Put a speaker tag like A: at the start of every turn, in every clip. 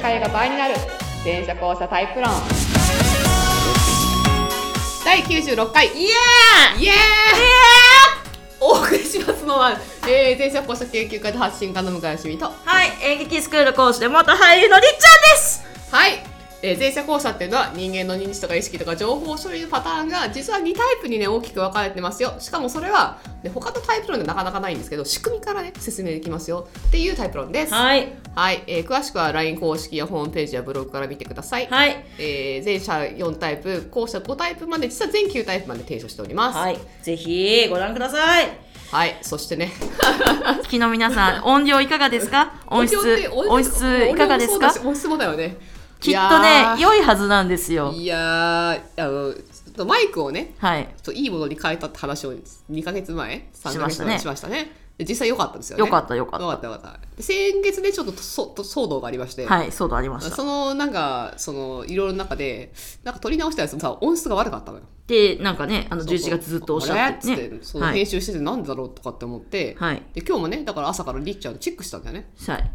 A: 界が倍になる電車交差タイプ論第96回
B: イエーイ
A: イエーイ
B: お送りしますのは、えー、前者校舎研究会の発信家の向井しみとは
C: はい、演劇スクール講師で元俳優のりっちゃんです
B: い、えー、前者校舎っていうのは人間の認知とか意識とか情報処理のパターンが実は2タイプにね大きく分かれてますよしかもそれは、ね、他のタイプ論でなかなかないんですけど仕組みからね説明できますよっていうタイプ論ですはい、
C: はい、
B: えー詳しくは LINE 公式やホームページやブログから見てください、
C: はい、
B: えー前者4タイプ後者5タイプまで実は全9タイプまで提唱しております
C: はい、ぜひご覧ください
B: はい、そしてね
C: 昨日皆 さん、音量いかがですか音質
B: 音量って、音量
C: 音質いかがですか
B: 音量もそうだし音質もだよね。
C: きっとね、
B: いや
C: 良いはずなんです
B: ー
C: よ
B: いやーあのちょっとマイクをね、
C: はい、
B: ちょっといいものに変えたって話を2ヶ月前、3
C: し
B: ヶ
C: まし
B: 月
C: た
B: 前
C: ね
B: しましたね。で実際良かったですよね。
C: 良かった良かった
B: 良かった良かったで先月でちょっとそと騒動がありまして、
C: はい、そうだありました
B: そのなんか、そのいろいろな中で、なんか撮り直したやつもさ、音質が悪かったのよ。
C: で、なんかね、あの
B: そうそ
C: 11
B: う
C: 月ずっとおっしゃって
B: あれっつっ
C: ね
B: てその
C: はい
B: 編集しててなんでだろうとかって思って、
C: はい、
B: で今日もね、だから朝からりっちゃんチェックしたんだよね。
C: はい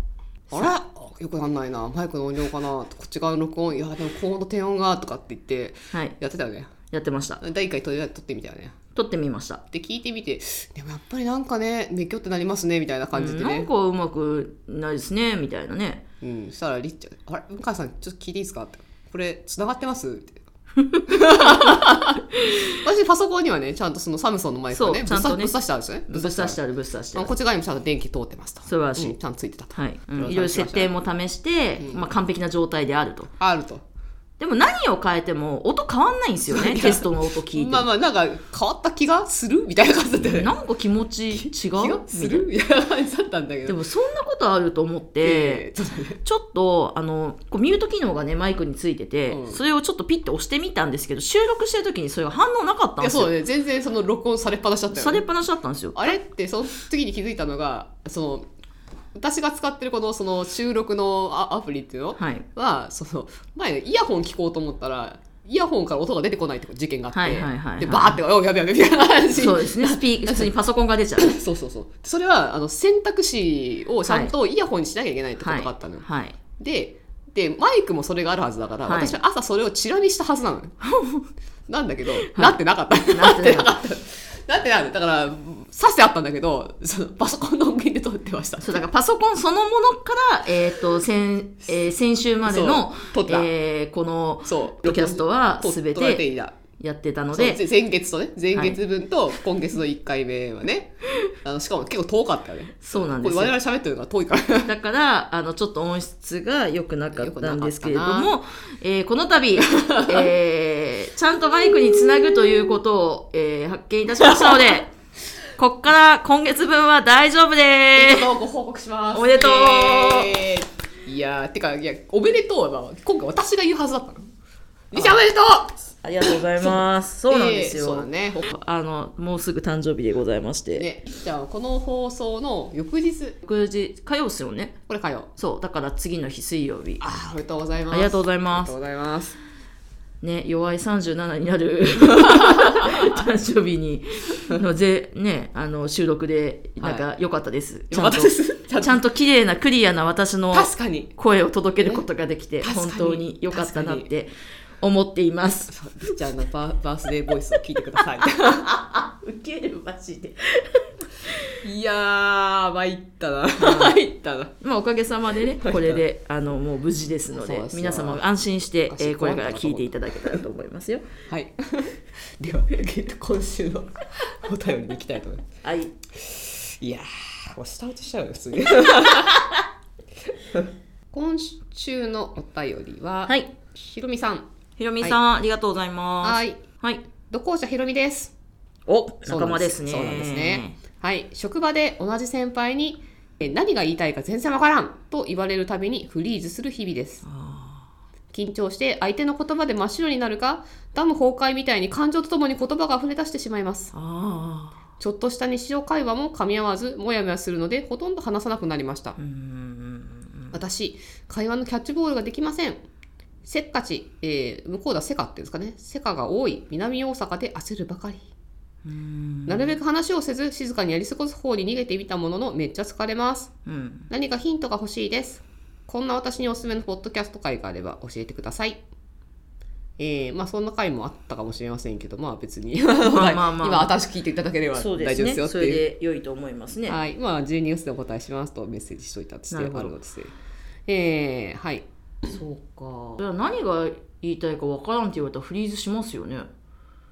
B: あらよくなんないなマイクの音量かなこっち側の録音いやでも高音と低音がとかって言って
C: はい、
B: やってたよね
C: やってました
B: 第1回とりあえず撮ってみたよね
C: 撮ってみました
B: で聞いてみてでもやっぱりなんかね熱狂ってなりますねみたいな感じで
C: なん
B: ね
C: かうまくないですね、みたいなね
B: うん、そしたらりっちゃん「あれ向井さんちょっと聞いていいですか?」って「これ繋がってます?」み たいな私パソコンにはねちゃんとそのサムソンのマイクをね
C: そう
B: ぶ
C: ちゃ
B: っ
C: ん
B: さ
C: と
B: ぶ
C: ね
B: っ刺してあるんですね
C: ぶっ刺してあるぶっ刺してあ
B: あ
C: る
B: こっち側にもちゃんと電気通ってますと
C: 素晴らしい
B: うんちゃんとついてたと、
C: はい、う
B: いろいろ
C: ん、
B: 試
C: いろいろ
B: しました
C: 設定も試して、まあ、完璧な状態であると
B: あると
C: でも何を変えても音変わんないんですよねテストの音聞いても、
B: まあまあなんか変わった気がするみたいな感じだったよね
C: なんか気持ち違う
B: 気
C: み
B: が
C: た
B: す
C: いな
B: るみたいな感じだったんだけど
C: でもそんなことあると思って、
B: えーちょっとね
C: ちょっとあのこうミュート機能がねマイクについてて、
B: うん
C: それをちょっとピッて押してみたんですけど収録してる時にそれが反応なかった
B: いや
C: んです
B: そう
C: よ、
B: だね全然その録音されっぱなしだったよ、
C: されっ
B: ね、
C: ぱなしだったんですよ
B: あれってその次に気づいたのがその私が使ってるこのその収録のアアプリっていうの
C: はい
B: はその前ねイヤホン聞こうと思ったらイヤホンから音が出てこないって事件があって、
C: はいはいはいはい
B: でバーって「おやべやべ」みた いな話
C: そうですねスピー普通にパソコンが出ちゃう
B: そうそうそうそれはあの選択肢をちゃんとイヤホンにしなきゃいけないってこ
C: は
B: と
C: い、
B: があったのよ、
C: はい、
B: ででマイクもそれがあるはずだから、
C: はい
B: 私は朝それをチラ見したはずなのよ なんだけど、なってなかった
C: な
B: な
C: っ
B: っててな
C: なか
B: かった なってないだからさしてあったんだけどそのパソコンの音源で撮ってました
C: そうだからパソコンそのものから、えーと先えー先週までの
B: そう撮った
C: えーこの
B: そう
C: ドキャストは
B: 撮
C: 全
B: 撮られて
C: て
B: いた
C: やってたの
B: そう
C: で
B: ぜ前月とね前月分と今月の1回目はね、あのしかも結構遠かったよね
C: そうなん
B: これ
C: です
B: 我
C: よ
B: 々喋ってるのが遠いから
C: だからあのちょっと音質が良くなかったんですけれど
B: 良くな
C: も、えーこの度、えーちゃんとマイクにつなぐということを、えー発見いたしましたので こっから今月分は大丈夫で
B: ち
C: す
B: ょっとご報告します
C: おめでとう
B: イエーイいやーてかいやおめでとうは今回私が言うはずだったのりちゃんおめでとう
C: ありがとうございますそうなんです
B: えーそうだ
C: よ、
B: ね
C: あのもうすぐ誕生日でございまして、
B: ね、じゃあこの放送の翌日
C: 翌日火曜ですよね
B: これ火曜
C: そうだから次の日水曜日
B: あーおめでとうございます
C: ありがとう
B: う
C: ござい
B: あり
C: ま
B: がとう
C: す
B: ございます
C: ね弱い37にな る誕生日にのぜねあの収録でなんか良かったです、ちゃんと
B: 私ちゃん
C: ちゃんと綺麗なクリアな私の
B: と確かに
C: 声を届けることができて
B: ね確か
C: 本
B: に
C: 当に良かったなって思っています
B: そうりっちゃんのバーバースデーボイスを聞いてくださ
C: ウケるマジで
B: いいやー参ったな参ったな
C: まあおかげさまでねこれであのもう無事ですの
B: そう
C: で
B: ですよ
C: 皆様安心して、え
B: 私
C: ーこれから聞いていただけたらと思いますよ
B: はいでは、えっと、今週のお便りに行きたいと思いま
C: はい
B: すいやーもう下打ちしちゃうよ普通 に今週のお便りは、
C: はい
B: ひろみさん
C: ひろみさん、ありがとうございます
B: はい
C: はい
B: どこう者ひろみです
C: お
B: そう
C: 仲
B: なん
C: 間ですね
B: そうなんですね。はい、職場で同じ先輩にえ何が言いたいか全然わからんと言われるたびにフリーズする日々です。緊張して相手の言葉で真っ白になるか、ダム崩壊みたいに感情とともに言葉が溢れ出してしまいます。
C: ああ
B: ちょっとした日常会話も噛み合わず、もやもやするので、ほとんど話さなくなりました。
C: うーん
B: 私、会話のキャッチボールができません。せっかち、えー向こうだセカっていうんですかね、セカが多い南大阪で焦るばかり。
C: うーん
B: なるべく話をせず静かにやり過ごす方に逃げてみたもののめっちゃ疲れます
C: うん
B: 何かヒントが欲しいですこんな私におすすめのポッドキャスト会があれば教えてください。えー、まあそんな回もあったかもしれませんけど、まあ別に、
C: まあまあ
B: 今新しく聞いていただければ大丈
C: そ
B: 夫
C: う
B: で
C: ですす
B: よ
C: ね。
B: って
C: そ
B: いう。
C: れで良いと思いますね。
B: はい、まあ12月でお答えしますとメッセージしといたとしてあ
C: なる
B: る
C: ほど
B: のです。えー、はい。
C: そうか。じゃあ何が言いたいかわからんって言われたらフリーズします よね。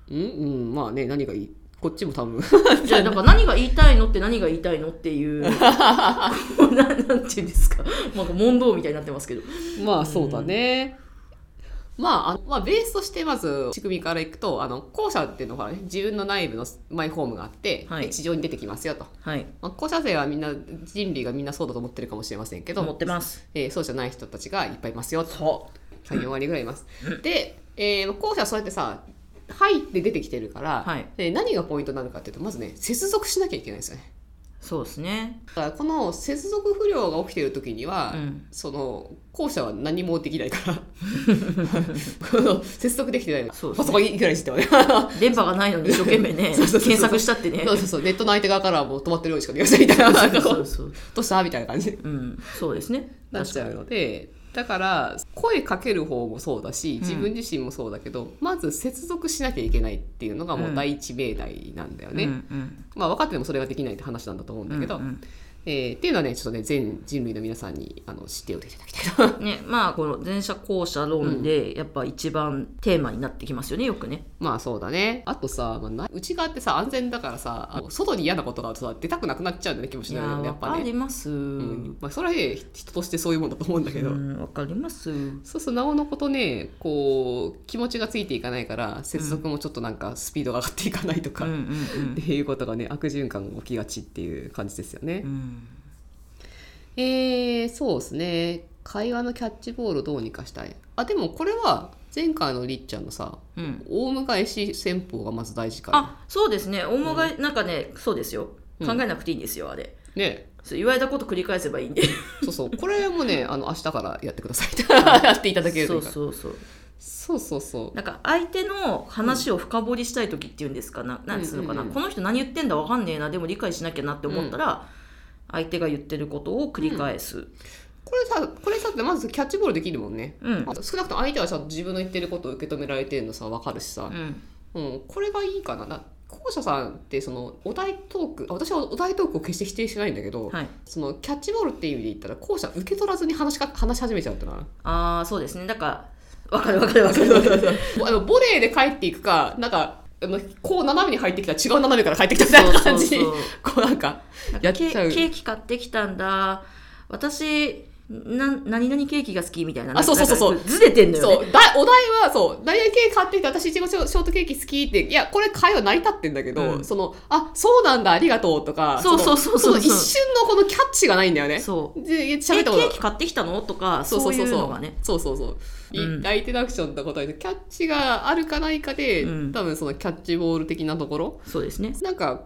B: うんうん、まあね、何がいいこっちも多分。
C: じゃあ、だから何が言いたいのって何が言いたいのっ ていう、こうななんていうんですか。なんか問答みたいになってますけど。
B: まあそうだね。まあ、あのまあ、ベースとしてまず仕組みからいくとあの校舎っていうのは、ね、自分の内部のマイホームがあって、
C: はい
B: で地上に出てきますよと、
C: はい。
B: まあ、校舎生はみんな人類がみんなそうだと思ってるかもしれませんけど
C: 思ってます。
B: えーそうじゃない人たちがいっぱいいますよと34割ぐらいいます。で、えー、後者はそうやってさ入って出てきてるから、
C: はい
B: で何がポイントなのかっていうとまずね接続しなきゃいけないんですよね。
C: そうですね。
B: だからこの接続不良が起きてる時には、
C: うん
B: その後者は何もできない からこの接続できてないの、
C: そうです
B: パ
C: ね
B: ソコンいくらにしてもね
C: 電波がないのに一生懸命ね、
B: そうそうそうそう
C: 検索したってね
B: そ。うそうそうネットの相手側からはもう止まってるようにしか見えませんみたいななんかこ
C: そう
B: う
C: そう。
B: どうしたみたいな感じ
C: うん、そうですね。
B: なっちゃう
C: 確か
B: のでだから声かける方もそうだし自分自身もそうだけど、まず接続しなきゃいけないっていうのがもう第一命題なんだよ
C: に
B: ね、
C: うんうん
B: まあ分かっててもそれができないって話なんだと思うんだけど、
C: うんうん
B: えーっていうのはねちょっとね全人類の皆さんにあの知っておいていただきたいな
C: ね、まあこの前者後者論でやっぱ一番テーマになってきますよねよくね
B: まあそうだねあとさ、まあな、内側ってさ安全だからさあの外に嫌なことがあるとさ出たくなくなっちゃうんだよね気もし
C: い
B: な
C: や
B: いよねやっ
C: わ
B: ぱ
C: か
B: ね、
C: ります
B: う
C: うん
B: んまあ、それはね人としてそういうもんだと思うんだけど、
C: わかります
B: そうそうなおのことねこう気持ちがついていかないから接続もちょっとなんかスピードが上がっていかないとか、
C: うんう
B: っ
C: ん
B: ていうことがね悪循環が起きがちっていう感じですよね
C: うんう。ん
B: えー、そうですね会話のキャッチボールをどうにかしたいあでもこれは前回のりっちゃんのさ
C: うん
B: オウム返し戦法がまず大事か
C: あそうですね大もがいなんかねそうですよ
B: うん
C: 考えなくていいんですよあれ
B: らね
C: そう言われたこと繰り返せばいいんで
B: そうそうこれもねあの明日からやってくださいって やっていただけるという
C: そ
B: いから
C: そうそう
B: そうそうそう
C: なんか相手の話を深掘りしたい時っていうんですかななんつうのかな、
B: うんうんうん
C: この人何言ってんだわかんねえなでも理解しなきゃなって思ったら、相手が言ってることを繰り返す、
B: これさこれさってまずキャッチボールできるもんね
C: うん
B: あ少なくとも相手はちゃんと自分の言ってることを受け止められてるのさ分かるしさ
C: う、ん、
B: うん、これがいいかなだ後者さんってそのお題トークあ私はお題トークを決して否定してないんだけど、
C: はい
B: そのキャッチボールっていう意味で言ったら後者受け取らずに話しか話し始めちゃうってな
C: ああそうですねだからわかるわかるわかるわかる
B: あのボレーで帰っていくかなんかあのこう斜めに入ってきたら違う斜めから帰って きたみたいな感じに
C: そうそう
B: こうなんかやっち
C: ケ
B: ゃう
C: ーケーキ買ってきたんだ私な何々ケーキが好きみたいなね
B: あそうそうそうそう
C: なんかずれてんのよ、ね、
B: そうだお題はそう「ダイヤルケーキ買ってきて私いちごショートケーキ好き」っていやこれ会話成り立ってんだけど、
C: うん
B: その「あそうなんだありがとう」とか
C: そうそうそうそう
B: のの一瞬のこのキャッチがないんだよね
C: そう
B: で喋
C: え
B: っ
C: ケ
B: たこと
C: ーキ買ってきたのとか
B: そう
C: そ
B: そうう
C: い
B: そう
C: う
B: そ
C: の
B: う
C: がね
B: そうそうそう、
C: うん
B: 相手のアクションの答えでキャッチがあるかないかで、
C: うん
B: 多分そのキャッチボール的なところ
C: そうですね
B: なんか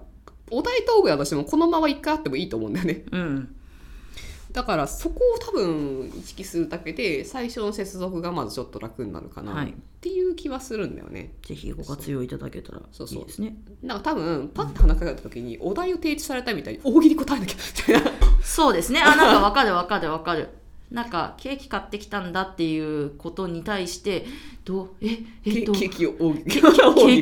B: お題トークやとしてもこのまま一回あってもいいと思うんだよね
C: うん
B: だからそこを多分意識するだけで最初の接続がまずちょっと楽になるかな
C: はい
B: っていう気はするんだよね、
C: ぜひご活用いただけたらい
B: そうそう
C: いですね
B: なんか多分パッと話しかけた時にお題を提示されたみたいに大喜利答えなきゃみたいな
C: そうですね。あ、なんかわかるわかるわかる。なんか、ケーキ買ってきたんだっていうことに対して、どう、え、え っと、
B: ケ
C: ケ
B: ーキを大喜利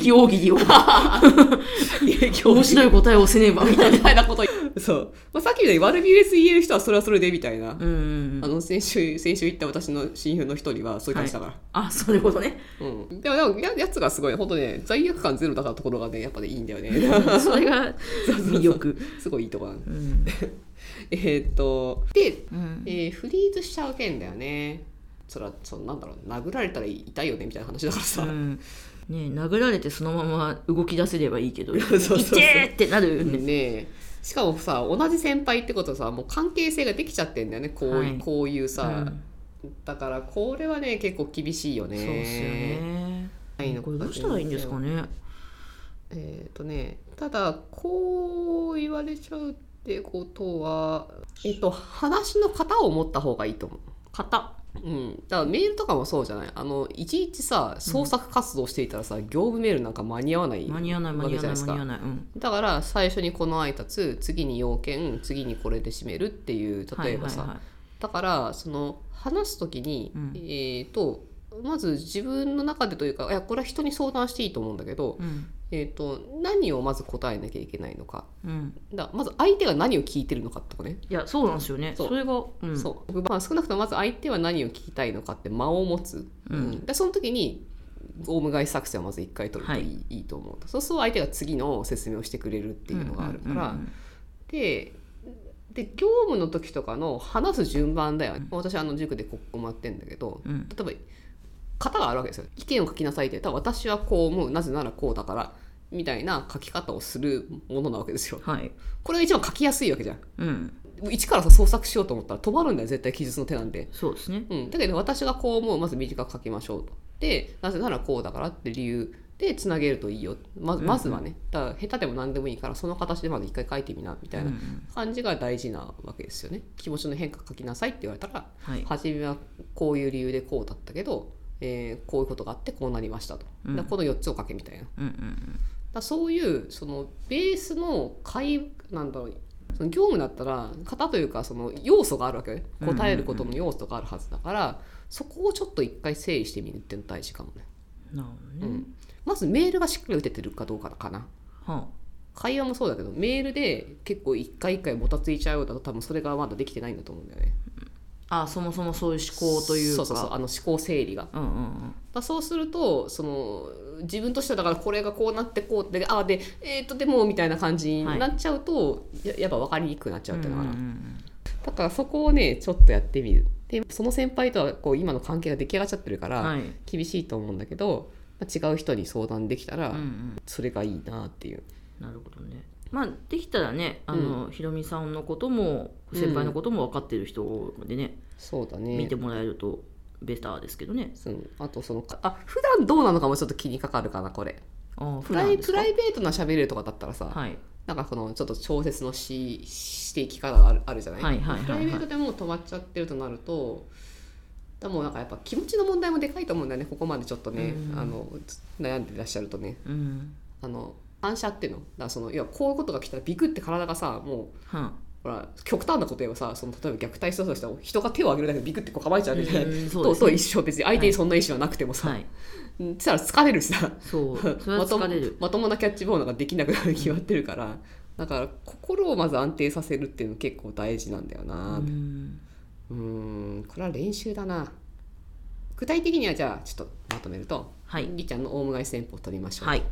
C: ーキ大喜 利を、
B: ケーキを
C: 面白い答えをせねば、みたいな。
B: みたいなこと言う そう、まあ、さっきみたいに悪ビレス言える人はそれはそれでみたいな、
C: うんうんう
B: あ
C: ん。
B: の先週先週行った私の親友の一人はそういう感じだから、
C: あ、そういうことね。
B: うん、でもでもややつがすごい本当ね罪悪感ゼロだからところがねやっぱねいいんだよ ね
C: それが魅力。
B: すごいいいとこなんだ
C: うん
B: えーっとで、
C: うん
B: えーフリーズしちゃうけんだよねそれはそのなんだろう殴られたら痛いよねみたいな話だからさ、
C: うんね殴られてそのまま動き出せればいいけど、いて
B: そうそうそう
C: ーってなるよね。
B: ねえしかもさ同じ先輩ってことはさもう関係性ができちゃってんだよねこう,、
C: はい
B: い、こういう
C: う
B: さ、
C: ん
B: だからこれはね結構厳しいよね
C: そうですよね。
B: ないのか
C: これどうしたらいいんですかね。
B: えっ、とねただこう言われちゃうってことはえっ、と話の型を持った方がいいと思う。
C: 型。
B: うん、だからメールとかもそうじゃないあのいちいちさ創作活動していたらさ、業務メールなんか間に合わない
C: 間に合わない間
B: わ
C: に
B: け
C: 合
B: じ
C: わ
B: ゃ
C: な
B: ないです
C: い間に合わ
B: か
C: ない。うん。
B: だから最初にこの挨拶次に要件次にこれで締めるっていう例えばさ、
C: はいはいはい
B: だからその話す時に、
C: うん
B: えーとまず自分の中でというかいやこれは人に相談していいと思うんだけど、
C: うん
B: えー、と何をまず答えなきゃいけないのか
C: うん、
B: だまず相手が何を聞いてるのかってとこね、
C: いやそうなんですよね
B: そ
C: そうれが、うん、
B: そう、まあ、少なくともまず相手は何を聞きたいのかって間を持つ、
C: うん
B: でその時にオウム返し作戦をまず一回取るといい,、い、いと思うそうすると相手が次の説明をしてくれるっていうのがあるから、
C: うんうんうん
B: でで業務の時とかの話す順番だよ、ね私あの塾でここもやってんだけど、
C: うん
B: 例えば型があるわけですよ意見を書きなさいって言ったら私はこう思うなぜならこうだからみたいな書き方をするものなわけですよ
C: はい、
B: これが一番書きやすいわけじゃん
C: うん、
B: 一からさ創作しようと思ったら止まるんだよ絶対記述の手なんて
C: そうですね
B: うん、だけど私がこう思うまず短く書きましょうとでなぜならこうだからって理由でつなげるといいよまずまずはねだから下手でも何でもいいからその形でまず一回書いてみなみたいな
C: うんうん
B: 感じが大事なわけですよね気持ちの変化書きなさいって言われたら
C: はい
B: 初めはこういう理由でこうだったけど、えーこういうことがあってこうなりましたと
C: うん
B: だからこの4つを書けみたいな
C: うんうん
B: だそういうそのベースの会なんだろうその業務だったら型というかその要素があるわけね
C: うんうんうん
B: 答えることの要素があるはずだから、そこをちょっと一回整理してみるっていうの大事かもね、
C: うんなるほ
B: う
C: どね、
B: ん、まずメールがしっかり打ててるかどうかかな
C: は
B: 会話もそうだけどメールで結構一回一回もたついちゃうようだと多分それがまだできてないんだと思うんだよね
C: ああそもそもそういう思考という
B: そ
C: か
B: うそうそうあの思考整理が
C: うんうんうん
B: まあ、そうするとその自分としてはだからこれがこうなってこうってああでえっ、とでもみたいな感じになっちゃうと、ややっぱ分かりにくくなっちゃうっていうのかな、だからそこをねちょっとやってみるでその先輩とはこう今の関係が出来上がっちゃってるから、
C: はい
B: 厳しいと思うんだけど、まあ、違う人に相談できたら、
C: うんうん
B: それがいいなっていう
C: なるほどねまあできたらねあの、ひろみさんのことも
B: ん
C: 先輩のことも分かってる人でね、
B: そうだね
C: 見てもらえるとベターですけどね
B: そのあとそのかあ普段どうなのかもちょっと気にかかるかなこれ
C: ああ
B: プ
C: 普
B: ラ
C: 段
B: イ
C: です
B: プ
C: か
B: ライベートな喋れるとかだったらさ、
C: はい
B: なんかこのちょっと小説のししていき方があるあるじゃない,、
C: はいはいはいはい
B: プライベートでもう止まっちゃってるとなるとでもなんかやっぱ気持ちの問題もでかいと思うんだよねここまでちょっとね
C: うん
B: あの悩んでらっしゃるとね
C: うん
B: あの反射っていうのだからそのいやこういうことが来たらビクって体がさもう
C: は
B: ほら極端なこと言えばさその例えば虐待したとしたら人が手を挙げるだけでビクってこう構えちゃうみたいな、
C: うんそう
B: と
C: ですね
B: と一緒別に相手にそんな意思はなくても
C: あ
B: さ、
C: はい
B: うんしたら疲れるしさ
C: そうそれは疲れる
B: まともまともなキャッチボールができなくなる決まってるから、だから心をまず安定させるっていうの結構大事なんだよ
C: う
B: なうん
C: ん
B: ーんこれは練習だな具体的にはじゃあちょっとまとめると、
C: はい
B: りっちゃんのオウム返し戦法を取りましょう、
C: はい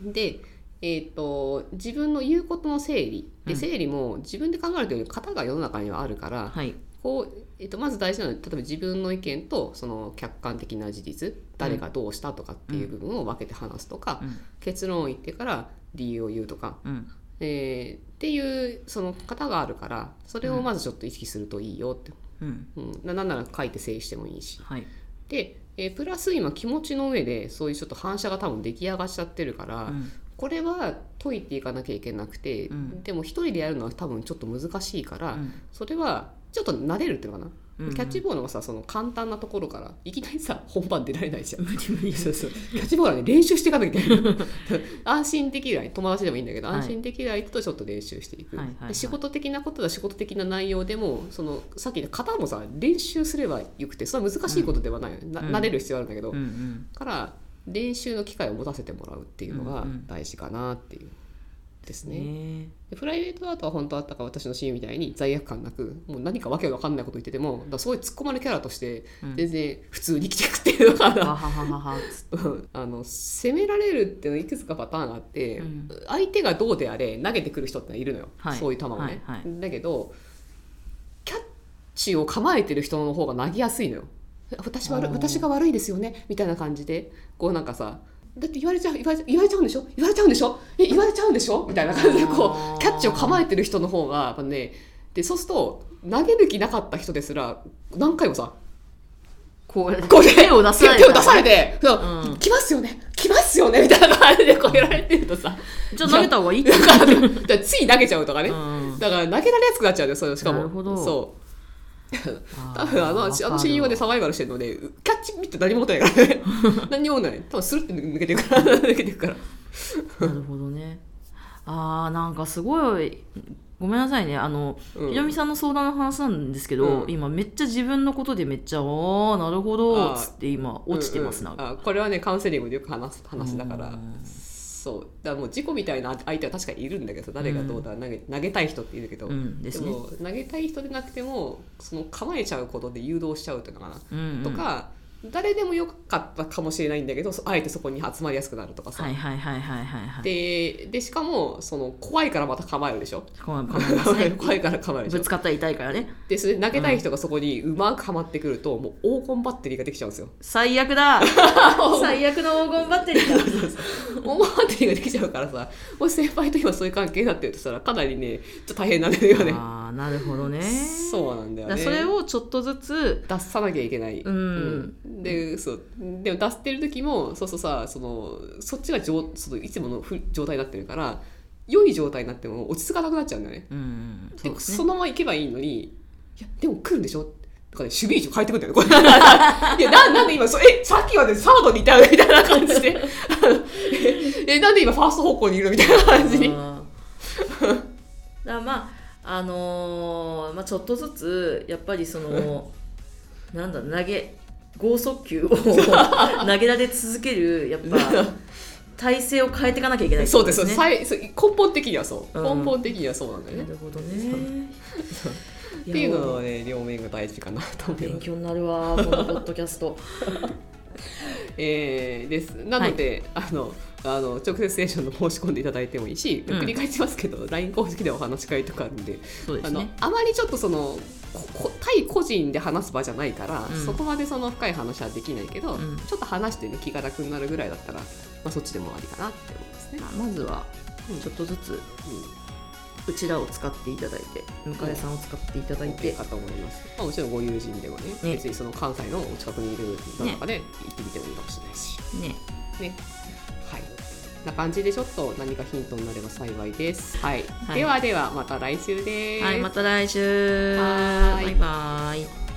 B: でえー、と自分の言うことの整理で整理も自分で考えるというより型が世の中にはあるから、
C: はい
B: こうえっと、まず大事なのは例えば自分の意見とその客観的な事実誰がどうしたとかっていう部分を分けて話すとか、
C: うん
B: 結論を言ってから理由を言うとか、
C: うん
B: えーっていうその方があるからそれをまずちょっと意識するといいよって、
C: うん
B: うんななんなら書いて整理してもいいし
C: はい
B: で、えープラス今気持ちの上でそういうちょっと反射が多分出来上がっちゃってるから、
C: うん
B: これは解いていかなきゃいけなくて、
C: うん
B: でも一人でやるのは多分ちょっと難しいから、
C: うん
B: それはちょっと慣れるっていうのかな、
C: うん
B: キャッチボールはさその簡単なところからいきなりさ本番出られないじゃんそうそうキャッチボールはね練習していかなきゃいけない 安心できる相手友達でもいいんだけど、
C: はい
B: 安心できる相手とちょっと練習していく、
C: はいはいはい
B: で仕事的なことだ仕事的な内容でもそのさっきの型もさ練習すればよくてそれは難しいことではない、な
C: うん
B: 慣れる必要あるんだけど、
C: うんうん
B: から練習の機会を持たせてもらうっていうのが
C: うんうん
B: 大事かなっていうですね。
C: ね
B: でプライベートアートは本当あったから私の親友みたいに罪悪感なくもう何かわけわかんないこと言っててもだからそういう突っ込まれキャラとして
C: うん
B: 全然普通に生きていくっていうのか
C: はは
B: な、
C: はははつっ
B: う
C: て
B: ん あの責められるっていうのいくつかパターンがあって、
C: うん
B: 相手がどうであれ投げてくる人ってのはいるのよ、
C: はい
B: そういう球をね、
C: はいは
B: だけどキャッチを構えてる人の方が投げやすいのよ私悪い
C: あー
B: 私が悪いですよねみたいな感じでこうなんかさだって言われちゃう言われちゃう言われちゃうんでしょ言われちゃうんでしょえ言われちゃうんでしょみたいな感じでこ
C: あー
B: うキャッチを構えてる人の方がやっぱねでそうすると投げる気なかった人ですら何回もさ
C: こう
B: こうね
C: 手を出され
B: 手を出されて、そう
C: うん
B: 来ますよね来ますよねみたいな感じでこうやられてると さ
C: じゃあ投げた方がいいって
B: だからだからつい投げちゃ うとかね、
C: うん
B: だから投げられやすくなっちゃうんだよそれしかも
C: なるほど
B: そう
C: あー
B: 多分あのあ
C: わ
B: の
C: かる
B: 親友はねサバイバルしてるのでキャッチ見て何も持ってないからね 何にもない多分スルって抜けてるから抜けてるから
C: なるほどね。ああなんかすごいごめんなさいねあの、
B: うん
C: ひろみさんの相談の話なんですけど、
B: うん
C: 今めっちゃ自分のことでめっちゃ「ああなるほど」
B: あー
C: つって今 落ちてますなんか、
B: うんうんあこれはねカウンセリングでよく話す話だから
C: うん
B: そうだからもう自己みたいな相手は確かにいるんだけど誰がどうだ、投げ投げたい人っているけど、
C: うんですね
B: も投げたい人でなくてもその構えちゃうことで誘導しちゃうとかかな、
C: うんうん
B: とか誰でもよかったかもしれないんだけどそあえてそこに集まりやすくなるとかさ、
C: はいはいはいはいはいはい
B: ででしかもその怖いからまた構えるでしょ
C: こうこうますね
B: 怖いから構えるで
C: ぶ
B: し
C: つ
B: ょ
C: かったら痛いからね
B: でそれで投げたい人がそこにうまくはまってくるともう黄金バッテリーができちゃうんですよ
C: 最悪 だ最悪の黄金バッテリーだ
B: 思わってができちゃうからさもし先輩と今そういう関係になってるとしたらかなりねちょっと大変なんだよね
C: ああなるほどね
B: そうなんだ
C: だ
B: よ
C: から
B: ね
C: それをちょっとずつ
B: 出さなきゃいけない、
C: うん
B: うんでそうでも出してる時もそうそうさそのそっちがじょうそのいつものふ状態になってるから良い状態になっても落ち着かなくなっちゃうんだよね
C: うん
B: で
C: そ
B: そう
C: です
B: の
C: ね
B: まま行けばいいのにいやでも来るんでしょとかね、守備位置を変えてくんだよね、これ。いや、ななんで今、そうえ、さっきまでサードにいたよねみたいな感じで。 え、なんで今、ファースト方向にいるのみたいな感じに。
C: あー だからまああのーまあ、ちょっとずつやっぱりその なんだ投げ剛速球を投げられ続けるやっぱ 体勢を変えていかなきゃいけないって
B: そ
C: こ
B: う
C: と
B: ですそうです
C: ね。
B: さいそう根本的にはそう、
C: うん
B: 根本的にはそうなんだよね
C: なるほどね。
B: っ
C: や
B: ていうのはね両面が大事かなと思い
C: 勉
B: ます、
C: 強にな るわこのポッドキャスト。
B: えー、ですなので、あのあの直接セッションの申し込んでいただいてもいいし
C: うん
B: 繰り返しますけど、LINE 公式でお話し会とかあるんで
C: そうで
B: あ
C: す
B: の
C: ね。
B: あまりちょっとそのここ対個人で話す場じゃないから、
C: うん
B: そこまでその深い話はできないけど、
C: うん
B: ちょっと話してね気が楽になるぐらいだったら、まあ、そっちでもありかなって思いますね。
C: まあまずはちょっとずつうちらを使っていただいて向井さんを使っていただ
B: うん
C: い
B: OK
C: て
B: かと思います、まあ、もちろんご友人でもね
C: ね
B: 別にその関西のお近くにいる方とかで行ってみてもいいかもしれないし、
C: ね
B: ねはいな感じでちょっと何かヒントになれば幸いです、はい
C: はい
B: ではではまた来週です、
C: はいまた来週
B: はーい
C: バイバイ。